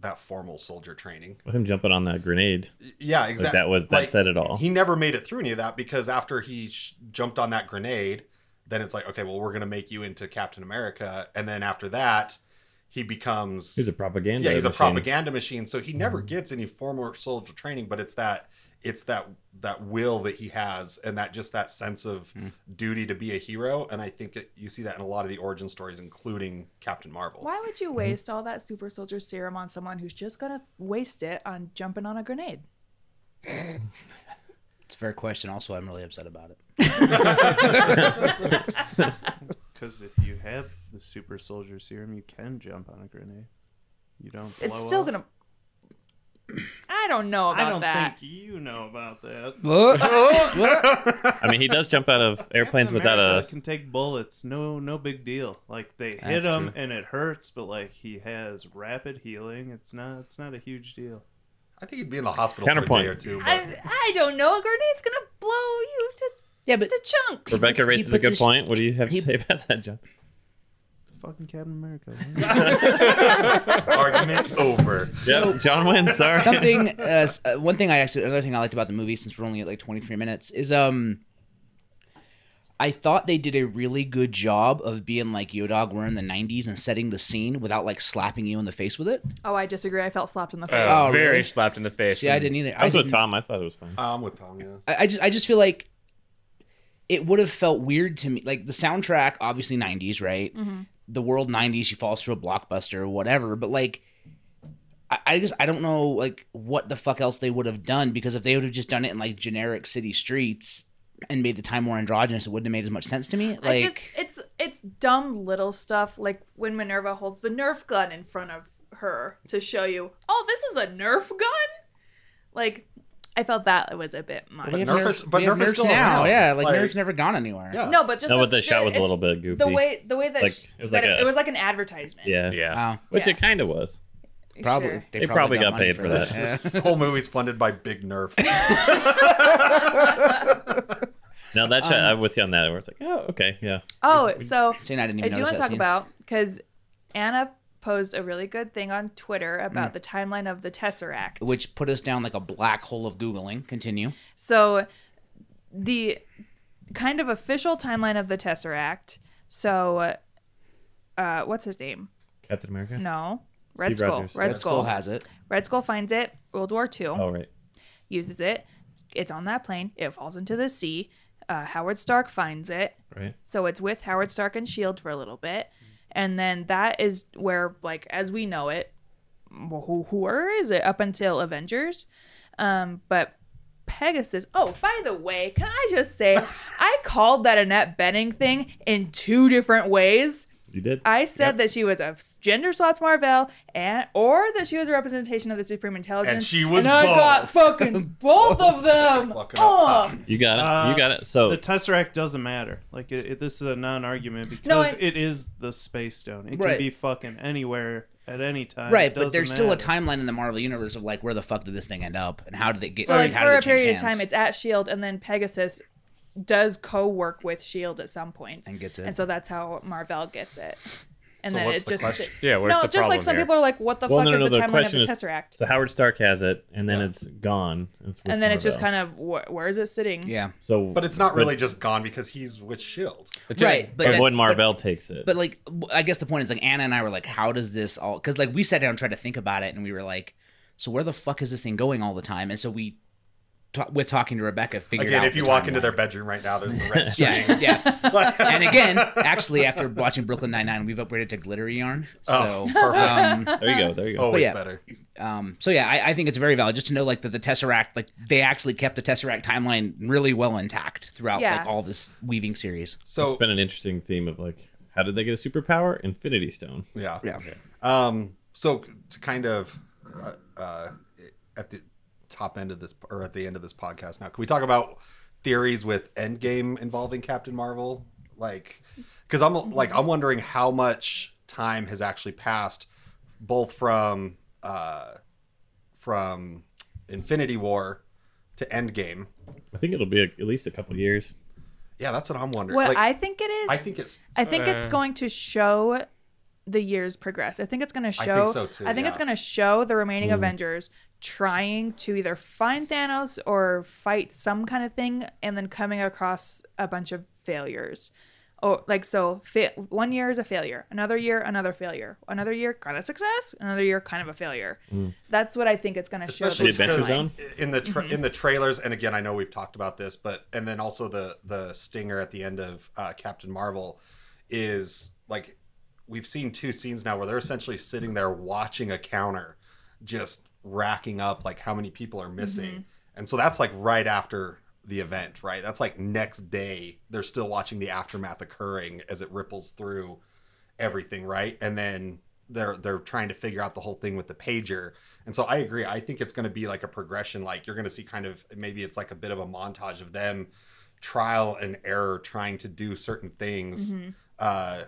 S2: that formal soldier training.
S7: Well, Him jumping on that grenade,
S2: Yeah, exactly.
S7: that was- that said it all.
S2: He never made it through any of that because after he sh- jumped on that grenade, then it's like, okay, well, we're gonna make you into Captain America, and then after that, he becomes
S7: he's a propaganda.
S2: yeah, he's a
S7: machine. Mm-hmm.
S2: propaganda machine. So he never gets any formal soldier training, but it's that it's that that will that he has, and that just that sense of
S7: Hmm.
S2: duty to be a hero. And I think that you see that in a lot of the origin stories, including Captain Marvel.
S4: why would you waste all that super soldier serum on someone who's just gonna waste it on jumping on a grenade?
S5: It's a fair question. Also, I'm really upset about it.
S3: because if you have the super soldier serum, you can jump on a grenade. You don't. Blow
S4: It's still
S3: up.
S4: gonna. I don't know about
S3: I don't
S4: that.
S3: think you know about that.
S7: I mean, he does jump out of airplanes
S3: Captain
S7: without
S3: America
S7: a.
S3: can take bullets. No, no big deal. Like they hit
S5: That's true.
S3: him and it hurts, but like he has rapid healing. It's not. It's not a huge deal.
S2: I think he'd be in the hospital
S7: Counterpoint.
S2: for a day or two. But...
S4: I, I don't know. A grenade's gonna blow you to,
S5: Yeah, but
S4: to chunks.
S5: He
S7: Rebecca raises a
S5: puts
S7: good
S5: his-
S7: point. What do you have to
S5: he-
S7: say about that, John?
S3: Fucking Captain America.
S2: Argument over.
S7: yeah, John wins. Sorry.
S5: something uh, s- uh, one thing i actually another thing i liked about the movie since we're only at like 23 minutes is um i thought they did a really good job of being like yo dog we're in the 90s and setting the scene without like slapping you in the face with it
S4: Oh, I disagree. I felt slapped in the face.
S1: Uh,
S5: Oh,
S1: very
S5: really?
S1: slapped in the face.
S5: see i didn't either
S7: I was with
S5: didn't-
S7: Tom. I thought it was fine.
S2: I'm Um, with Tom. Yeah.
S5: I, I just I just feel like it would have felt weird to me. Like the soundtrack, obviously '90s, right?
S4: Mm-hmm.
S5: The world '90s. She falls through a blockbuster, or whatever. But like, I, I just I don't know like what the fuck else they would have done because if they would have just done it in like generic city streets and made the time more androgynous, it wouldn't have made as much sense to me. Like,
S4: I just it's it's dumb little stuff like when Minerva holds the Nerf gun in front of her to show you, oh, this is a Nerf gun. Like, I felt that was a bit much.
S5: we have
S2: Nerf is-
S5: Nerf,
S2: but
S5: we have
S2: Nerf is
S5: Nerf's
S2: still
S5: now,
S2: around.
S5: yeah. Like,
S2: Like-
S5: Nerf's never gone anywhere.
S2: Yeah.
S4: no, but just
S7: No,
S4: the,
S7: but the shot was a
S4: it's-
S7: little bit goofy.
S4: The way the way that
S7: Like,
S4: sh-
S7: it was
S4: that
S7: like
S4: it,
S7: a-
S4: it was like an advertisement.
S7: yeah.
S1: Yeah.
S5: Wow.
S7: Which
S4: Yeah.
S7: it kind of was.
S5: Probably
S4: Sure.
S7: They probably got
S5: money
S7: paid for that.
S5: this.
S2: The whole movie's funded by Big Nerf.
S7: No, that shot, I'm with you on that. Where it's like, oh, okay, yeah.
S4: Oh, so
S5: Shane, I didn't
S4: I
S5: even notice
S4: do want to
S5: that
S4: talk
S5: scene.
S4: about because Anna posed a really good thing on Twitter about the timeline of the Tesseract.
S5: Mm. Which put us down like a black hole of googling. Continue.
S4: So the kind of official timeline of the Tesseract. So uh what's his name?
S7: Captain America.
S4: No. Red
S7: Steve
S4: Skull.
S7: Rogers.
S4: Red
S5: Red
S4: Skull.
S5: Skull has it.
S4: Oh, Red Skull finds it. World War II
S7: Oh right.
S4: uses it. It's on that plane. It falls into the sea. Uh, Howard Stark finds it.
S7: right?
S4: So it's with Howard Stark and Shield E for a little bit,
S2: Mm-hmm.
S4: and then that is where, like, as we know it, wh- who where is it up until Avengers? Um, but Pegasus. Oh, by the way, can I just say I called that Annette Benning thing in two different ways.
S7: You did.
S4: I said that she was a gender swapped Marvel, and or that she was a representation of the Supreme Intelligence.
S2: And she was
S4: And I got
S2: both.
S4: fucking both of them.
S2: Fucking
S4: Oh,
S7: you got it.
S3: Uh,
S7: you got it. So
S3: The Tesseract doesn't matter. Like it, it- this is a non-argument because
S4: No, I-
S3: it is the space stone. It
S5: Right.
S3: can be fucking anywhere at any time.
S5: Right,
S3: It
S5: but
S3: doesn't
S5: there's still a
S3: matter.
S5: timeline in the Marvel universe of like where the fuck did this thing end up and how did it get?
S4: So like
S5: how
S4: for
S5: did
S4: a
S5: it change
S4: period of
S5: hands?
S4: time, it's at Shield, E and then Pegasus does co-work with Shield E at some point,
S5: And gets it.
S4: And so that's how Marvel gets it. And
S2: So
S4: then
S2: what's
S4: it
S2: the
S4: just
S2: question?
S1: Yeah, where's
S4: no,
S1: the
S4: just like
S1: problem
S4: some
S1: here?
S4: people are like, what the
S7: Well,
S4: fuck
S7: no,
S4: is
S7: no,
S4: the
S7: the
S4: timeline of
S7: question
S4: the
S7: is-
S4: Tesseract?
S7: so Howard Stark has it, and then it's gone. It's with
S4: and then it's just
S7: Marvel.
S4: kind of wh- where is it sitting?
S5: yeah,
S7: so.
S2: But it's not really just gone because he's with Shield.
S1: It's
S5: uh, right. But
S7: But
S5: that-
S7: when Marvel takes it,
S5: But like, w- I guess the point is like Anna and I were like, how does this all? Because like we sat down and tried to think about it, and we were like, so where the fuck is this thing going all the time? And so we, ta- with talking to Rebecca, figured
S2: Again,
S5: out
S2: if you
S5: the
S2: walk into
S5: timeline.
S2: their bedroom right now, there's the red strings.
S5: yeah, yeah. and again, actually, after watching Brooklyn Nine Nine, we've upgraded to glittery yarn. So,
S2: Oh, perfect.
S5: um,
S7: there you go. There you go.
S2: Always
S5: yeah.
S2: better.
S5: um, so yeah, I, I think it's very valid just to know like that the Tesseract, like they actually kept the Tesseract timeline really well intact throughout
S4: Yeah.
S5: like all this weaving series.
S2: So
S7: It's been an interesting theme of like, how did they get a superpower? Infinity Stone.
S2: yeah,
S5: Yeah.
S2: Um, so to kind of uh, uh, at the top end of this or at the end of this podcast now, can we talk about theories with Endgame involving Captain Marvel? Like, because I'm like I'm wondering how much time has actually passed, both from uh, from Infinity War to Endgame.
S7: I think it'll be a, at least a couple years.
S2: Yeah, that's what I'm wondering.
S4: What
S2: like,
S4: I think it is,
S2: I
S4: I,
S2: think it's
S4: think it's
S2: eh.
S4: going to show the years progress. I think it's going to
S2: think
S4: show.
S2: so too,
S4: I think it's
S2: yeah.
S4: going to show the remaining Avengers trying to either find Thanos or fight some kind of thing, and then coming across a bunch of failures. Oh, like so. Fa- one year is a failure. Another year, another failure. Another year, kind of success. Another year, kind of a failure. That's what I think it's going to show.
S2: Mm. especially
S4: The Mm-hmm.
S7: The Adventure
S2: because
S4: timeline.
S7: Zone?
S2: in the tra- in the trailers and again i know we've talked about this but and then also the the stinger at the end of uh, captain marvel is like we've seen two scenes now where they're essentially sitting there watching a counter just racking up like how many people are missing
S4: Mm-hmm.
S2: and so that's like right after the event right that's like next day they're still watching the aftermath occurring as it ripples through everything right and then they're they're trying to figure out the whole thing with the pager and so i agree i think it's going to be like a progression like you're going to see kind of maybe it's like a bit of a montage of them trial and error trying to do certain
S4: Mm-hmm.
S2: things uh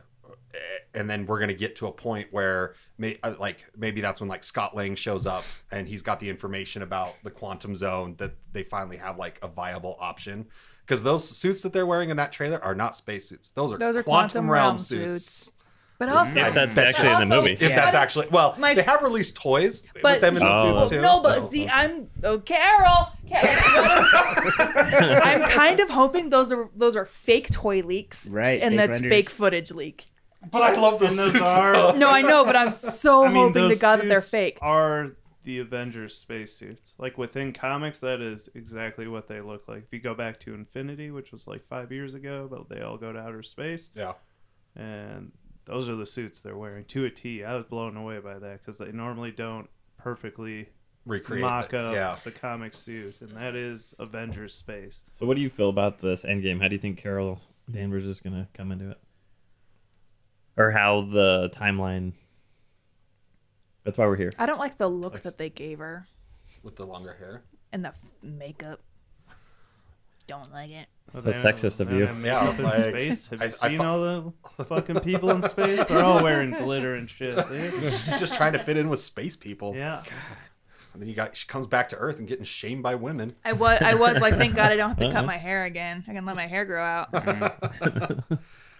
S2: and then we're going to get to a point where may, uh, like maybe that's when like Scott Lang shows up and he's got the information about the quantum zone that they finally have like a viable option because those suits that they're wearing in that trailer are not spacesuits those are
S4: Those are quantum realm suits. But also,
S7: If that's
S2: bet.
S7: actually in the
S4: Also-
S7: movie.
S2: If
S5: Yeah.
S2: that's actually well,
S4: My-
S2: they have released toys
S4: But-
S2: with them in the
S7: Oh, that's-
S2: suits too.
S4: no, but
S2: so-
S4: see, I'm oh Carol. Carol I'm kind of hoping those are those are fake toy leaks,
S5: Right,
S4: And
S5: fake
S4: that's
S5: renders.
S4: fake footage leak.
S2: but I love
S3: And
S2: those
S3: those
S2: suits.
S3: are.
S4: No, I know, but I'm so
S3: I mean,
S4: hoping to
S3: those
S4: God that they're
S3: suits
S4: fake.
S3: Are the Avengers spacesuits like within comics? That is exactly what they look like. If you go back to Infinity, which was like five years ago, but they all go to outer space,
S2: Yeah,
S3: and those are the suits they're wearing to a T. I was blown away by that because they normally don't perfectly
S2: recreate.
S3: mock
S2: the-
S3: up
S2: yeah,
S3: the comic suit, and that is Avengers space.
S7: So what do you feel about this Endgame? How do you think Carol Danvers is going to come into it, or how the timeline? That's why we're here.
S4: I don't like the look that they gave her
S2: with the longer hair.
S4: and the f- makeup. Don't like it.
S3: Well,
S7: So
S3: they don't-
S7: sexist of
S3: they
S7: you.
S3: don't have
S2: Yeah,
S3: makeup in
S2: like,
S3: space. Have
S2: I-
S3: you
S2: I
S3: seen
S2: fu-
S3: all the fucking people in space? They're all wearing glitter and shit. dude.
S2: She's just trying to fit in with space people.
S3: Yeah.
S2: And then you got she comes back to Earth and getting shamed by women.
S4: I was I was like, thank God I don't have to
S3: Uh-huh.
S4: cut my hair again. I can let my hair grow out.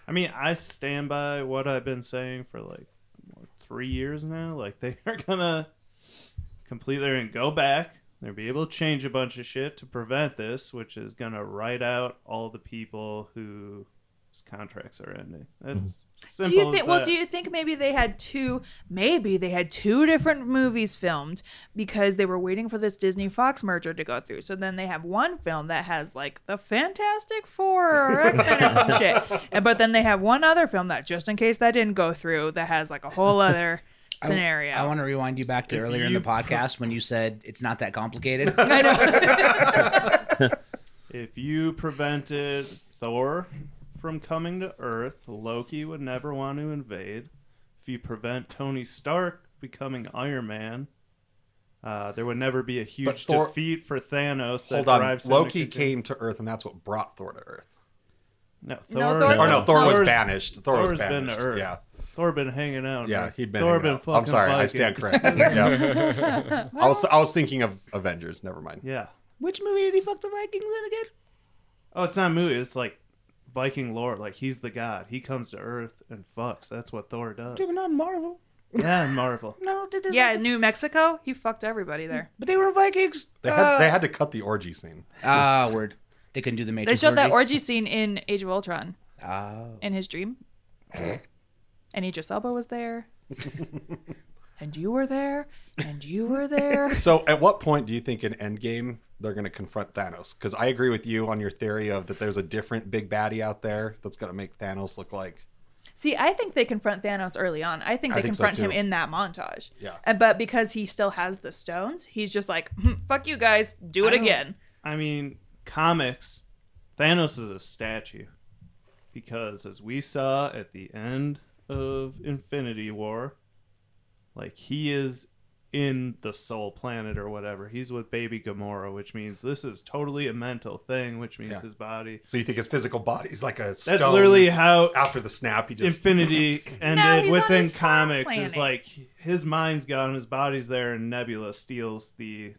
S3: I mean, I stand by what I've been saying for like what, three years now. Like they are gonna complete their and go back. They'll be able to change a bunch of shit to prevent this, which is gonna write out all the people who His contracts are ending. That's simple.
S4: Do you
S3: as
S4: think? Well,
S3: that.
S4: do you think maybe they had two? Maybe they had two different movies filmed because they were waiting for this Disney Fox merger to go through. So then they have one film that has like the Fantastic Four or X Men or some shit, and but then they have one other film that, just in case that didn't go through, that has like a whole other scenario.
S5: I want to rewind you back to earlier in
S3: you
S5: the podcast when you said it's not that complicated.
S3: If you prevented Thor from coming to Earth, Loki would never want to invade. If you prevent Tony Stark becoming Iron Man, uh, there would never be a huge
S2: Thor-
S3: defeat for Thanos. That
S2: Hold on.
S3: drives him to
S2: Loki
S3: continue-
S2: came to Earth, and that's what brought Thor to Earth.
S3: No,
S4: No,
S3: Thor.
S4: Thor's
S2: Or Oh, no,
S4: Thor's-
S2: Thor was
S3: Thor's-
S2: banished. Thor was
S3: Thor's been
S2: banished.
S3: to Earth.
S2: Yeah,
S3: Thor been hanging out.
S2: yeah,
S3: man.
S2: he'd been.
S3: Thor
S2: hanging
S3: been
S2: out.
S3: fucking.
S2: I'm sorry, I
S3: Viking.
S2: stand corrected. Yeah. I was I was thinking of Avengers. Never mind.
S3: Yeah.
S5: Which movie did he fuck the Vikings in again?
S3: Oh, it's not a movie. It's like Viking lore. Like he's the god. He comes to Earth and fucks. That's what Thor does.
S5: They were not in Marvel.
S3: Yeah, in Marvel.
S5: No, they did-
S4: yeah, New Mexico. He fucked everybody there.
S5: but they were Vikings.
S2: They had they had to cut the orgy scene.
S5: Ah, word. They couldn't do the
S4: They
S5: Matrix.
S4: showed that
S5: orgy.
S4: orgy scene in Age of Ultron
S5: Oh.
S4: in his dream, and Idris Elba was there. And you were there, and you were there.
S2: So, at what point do you think in Endgame they're going to confront Thanos? Because I agree with you on your theory of that there's a different big baddie out there that's going to make Thanos look like.
S4: See, I think they confront Thanos early on. I think
S2: I
S4: they
S2: think so,
S4: confront him
S2: too.
S4: in that montage.
S2: Yeah.
S4: And, but because he still has the stones, he's just like, "Hmm, fuck you guys, do it
S3: don't-
S4: again.
S3: I mean, comics. Thanos is a statue because, as we saw at the end of Infinity War, like he is in the Soul Planet or whatever. He's with Baby Gamora, which means this is totally a mental thing, which means
S2: Yeah.
S3: his body.
S2: So you think his physical body's like a stone?
S3: That's literally how
S2: after the snap. He just
S3: Infinity
S4: No,
S3: ended
S4: he's on
S3: within
S4: his farm
S3: comics is
S4: planet.
S3: like his mind's gone, his body's there, and Nebula steals the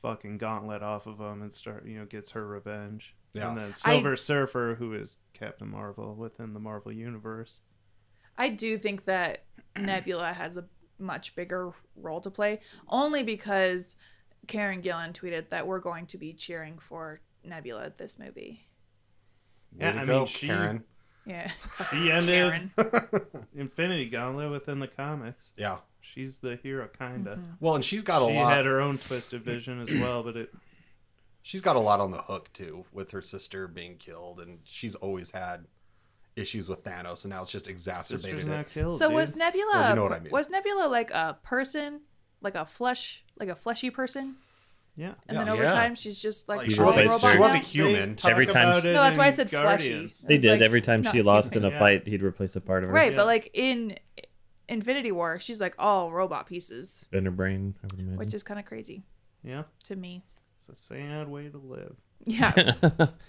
S3: fucking gauntlet off of him and start you know gets her revenge.
S2: Yeah.
S3: And then Silver Surfer, who is Captain Marvel within the Marvel universe,
S4: I do think that Nebula has a much bigger role to play, only because Karen Gillan tweeted that we're going to be cheering for Nebula at this movie.
S2: Way
S3: Yeah,
S2: to
S3: I mean,
S2: go,
S3: she-
S2: Karen.
S4: Yeah.
S3: the end
S4: Karen.
S3: of Infinity Gauntlet within the comics.
S2: Yeah.
S3: She's the hero, kinda.
S4: Mm-hmm.
S2: Well, and she's got a
S3: She
S2: lot.
S3: had her own twisted vision as well, but it
S2: she's got a lot on the hook too, with her sister being killed, and she's always had issues with Thanos, and now it's just
S3: sister's
S2: exacerbated it.
S3: not killed.
S4: So
S3: dude.
S4: was Nebula
S2: Oh, Well, you
S4: a
S2: know what
S4: per-
S2: I mean.
S4: was Nebula like a person, like a flesh, like a fleshy person?
S3: yeah.
S4: And
S2: Yeah.
S4: then over
S1: Yeah.
S4: time she's just like,
S2: Like, she
S4: all
S2: wasn't-
S4: robot
S2: she
S4: now?
S2: wasn't human.
S7: Every time
S3: about
S7: she-
S3: it
S4: No, that's why I
S3: in
S4: said
S3: Guardians.
S4: fleshy.
S7: They
S4: It's
S7: did
S4: like,
S7: every time
S4: not
S7: she lost in
S4: human.
S7: a
S3: Yeah.
S7: fight, he'd replace a part of her.
S4: Right,
S3: Yeah.
S4: but like in Infinity War, she's like all robot pieces,
S7: In her brain. I would imagine.
S4: which is kind of crazy
S3: Yeah.
S4: to me.
S3: It's a sad way to live.
S4: Yeah,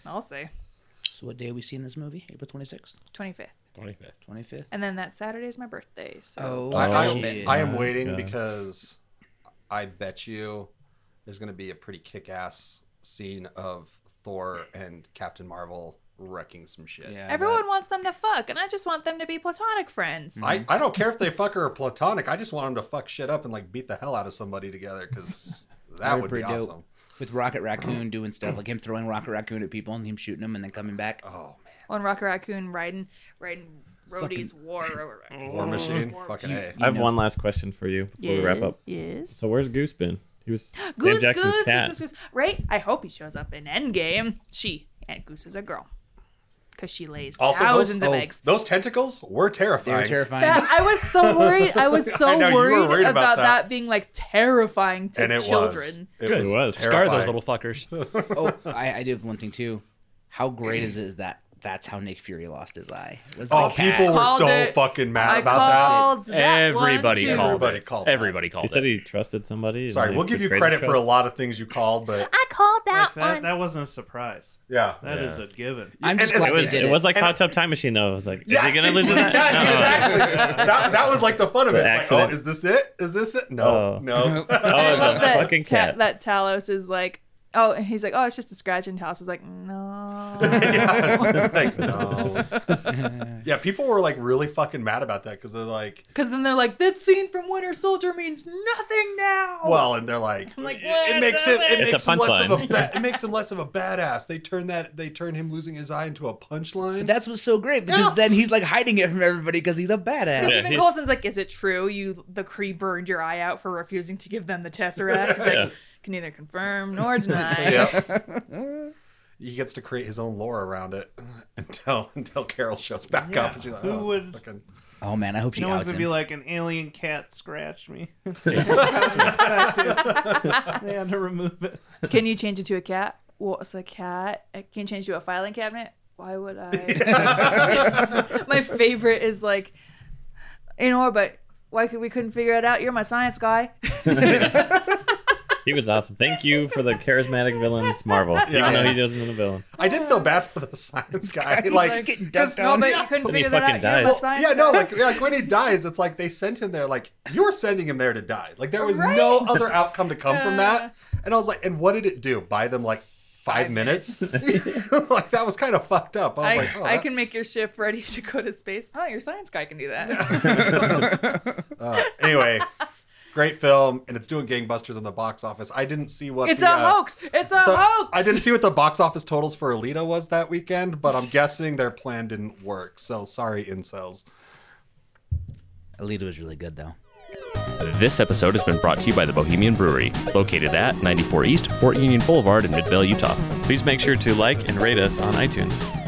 S4: I'll say
S5: So what day we see in this movie? April twenty sixth,
S4: 25th.
S1: 25th.
S5: twenty fifth.
S4: And then that Saturday is my birthday. So
S5: Oh,
S2: I, I,
S5: shit.
S2: I am waiting
S7: God.
S2: because I bet you there's going to be a pretty kick-ass scene of Thor and Captain Marvel wrecking some shit.
S5: Yeah,
S4: everyone wants them to fuck, and I just want them to be platonic friends.
S2: I, I don't care if they fuck her or platonic. I just want them to fuck shit up and like beat the hell out of somebody together because that
S5: That'd be
S2: would be
S5: pretty dope.
S2: awesome.
S5: but With Rocket Raccoon doing stuff like him throwing Rocket Raccoon at people and him shooting them and then coming back.
S2: Oh man,
S4: On Rocket Raccoon riding, riding Rhodey's War.
S2: War Machine, fucking
S5: You-
S2: a.
S7: I have
S5: know.
S7: one last question for you before we wrap up.
S4: Yes.
S7: So where's Goose been? He was
S4: Goose,
S7: Sam Jackson's
S4: goose, goose,
S7: cat.
S4: goose, goose. Right? I hope he shows up in Endgame. She and Goose is a girl, because she lays
S2: Also, those-
S4: thousands of
S5: oh,
S4: eggs.
S2: Those tentacles were
S5: They were
S2: terrifying.
S5: terrifying.
S4: That, I was so worried. I was so
S2: I know, you were
S4: worried,
S2: worried
S4: about,
S2: about
S4: that.
S2: that.
S4: being like terrifying to
S2: and it was.
S4: children.
S2: It
S7: Good.
S2: was.
S7: It was.
S1: Scar those
S2: terrifying.
S1: little fuckers.
S5: oh, I, I do have one thing too. How great
S7: Mm-hmm.
S5: is it that that's how Nick Fury lost his eye? Was "Ah,
S2: Oh,
S5: the cat.
S2: people were
S4: Called
S2: so
S4: it.
S2: fucking mad
S4: I
S2: about
S4: called that
S1: Everybody
S4: one,
S1: called
S4: too.
S2: Everybody
S1: it.
S2: called that.
S1: Everybody called
S7: He said
S1: it.
S7: he trusted somebody.
S2: that.
S7: and
S2: Sorry,
S7: they
S2: we'll give you
S7: betrayed
S2: credit
S7: his
S2: for a
S7: trust.
S2: lot of things you called, but
S4: I called that,
S3: Like that,
S4: one.
S3: that wasn't a surprise.
S2: yeah.
S3: That
S7: Yeah.
S3: is a given.
S5: I'm just
S2: It- it
S5: glad
S7: It
S5: they
S7: was,
S5: did
S7: it was like
S2: And-
S7: Hot Tub Time Machine, though. I was like, is
S2: Yeah,
S7: he going to lose his eye?
S2: yeah,
S7: No.
S2: exactly. that, that was like the fun of
S7: The
S2: it. It's like,
S7: accident.
S2: oh, is this it? Is this it? No,
S7: Oh.
S2: no.
S7: Oh,
S4: I
S7: it's a
S4: love that
S7: fucking
S4: Ta-
S7: cat.
S4: that Talos is like, oh, and he's like, oh, it's just a scratch, and Talos is like, no, no.
S2: Yeah. like, no. yeah, people were like really fucking mad about that because they're like,
S8: Because then they're like, that scene from Winter Soldier means nothing now.
S2: well, and they're like,
S4: Oh. like,
S2: it, it makes
S4: "What
S2: it, it
S7: It's a
S2: makes him less of a
S7: punchline.
S2: ba- it makes him less of a badass. They turn that they turn him losing his eye into a punchline.
S5: But that's what's so great because then he's like hiding it from everybody because he's a badass.
S7: Yeah,
S4: Even
S7: he-
S4: Coulson's like, "Is it true you the Kree burned your eye out for refusing to give them the Tesseract?" He's like,
S7: Yeah.
S4: "Can neither confirm nor deny."
S2: yeah. He gets to create his own lore around it until until Carol shows back up and she's like,
S3: Who
S2: oh,
S3: would-
S2: fucking-
S5: Oh man, I hope she
S3: You know, it's
S5: outs
S3: gonna
S5: him.
S3: be like an alien cat scratched me. they had to remove it.
S4: Can you change it to a cat? What's a cat? I Can you change it to a filing cabinet? Why would I? my favorite is like, in orbit. Why could we couldn't figure it out? You're my science guy.
S7: He was awesome. Thank you for the charismatic villains, Marvel.
S2: Yeah.
S7: Even though he wasn't a villain.
S2: I did feel bad for the science guy.
S5: He's
S2: like,
S5: like getting
S2: 'cause-
S5: dunked
S4: No,
S5: on.
S4: but you couldn't
S7: When he
S4: figure that out.
S7: fucking
S4: You're my
S7: dies.
S4: science
S2: yeah,
S4: guy.
S2: no, like like when he dies, it's like they sent him there. Like you're sending him there to die. Like there was no other outcome to come from that. And I was like, and what did it do? Buy them like five, minutes? like that was kind of fucked up. I
S4: I,
S2: was like, oh,
S4: I can
S2: that's-
S4: make your ship ready to go to space. Oh, your science guy can do that.
S2: Uh, anyway, great film, and it's doing gangbusters in the box office. I didn't see what
S4: It's
S2: the,
S4: a
S2: uh,
S4: hoax. It's a
S2: the-
S4: hoax.
S2: I didn't see what the box office totals for Alita was that weekend, but I'm guessing their plan didn't work. So sorry, incels.
S5: Alita was really good though.
S6: This episode has been brought to you by the Bohemian Brewery, located at 94 East, Fort Union Boulevard in Midvale, Utah. Please make sure to like and rate us on iTunes.